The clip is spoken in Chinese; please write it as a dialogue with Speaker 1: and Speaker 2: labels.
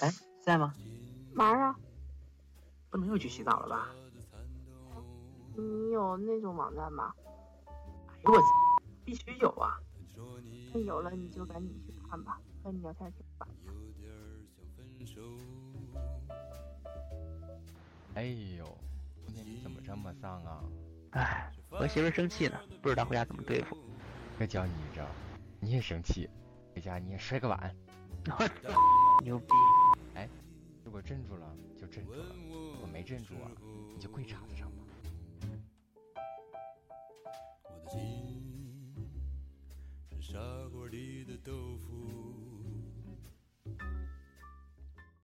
Speaker 1: 哎，在吗？
Speaker 2: 玩啊！
Speaker 1: 不能又去洗澡了吧？
Speaker 2: 你有那种网站吧？
Speaker 1: 哎呦我操，必须有啊！
Speaker 2: 那有了你就赶紧去看吧，跟你聊天挺烦。
Speaker 3: 哎呦，姑娘你怎么这么丧啊？
Speaker 4: 唉，和媳妇儿生气呢，不知道回家怎么对付。
Speaker 3: 这教你一招，你也生气，回家你也摔个碗。
Speaker 4: 我操，牛逼！
Speaker 3: 如果镇住了就镇住了，如果没镇住啊，你就跪叉子上吧。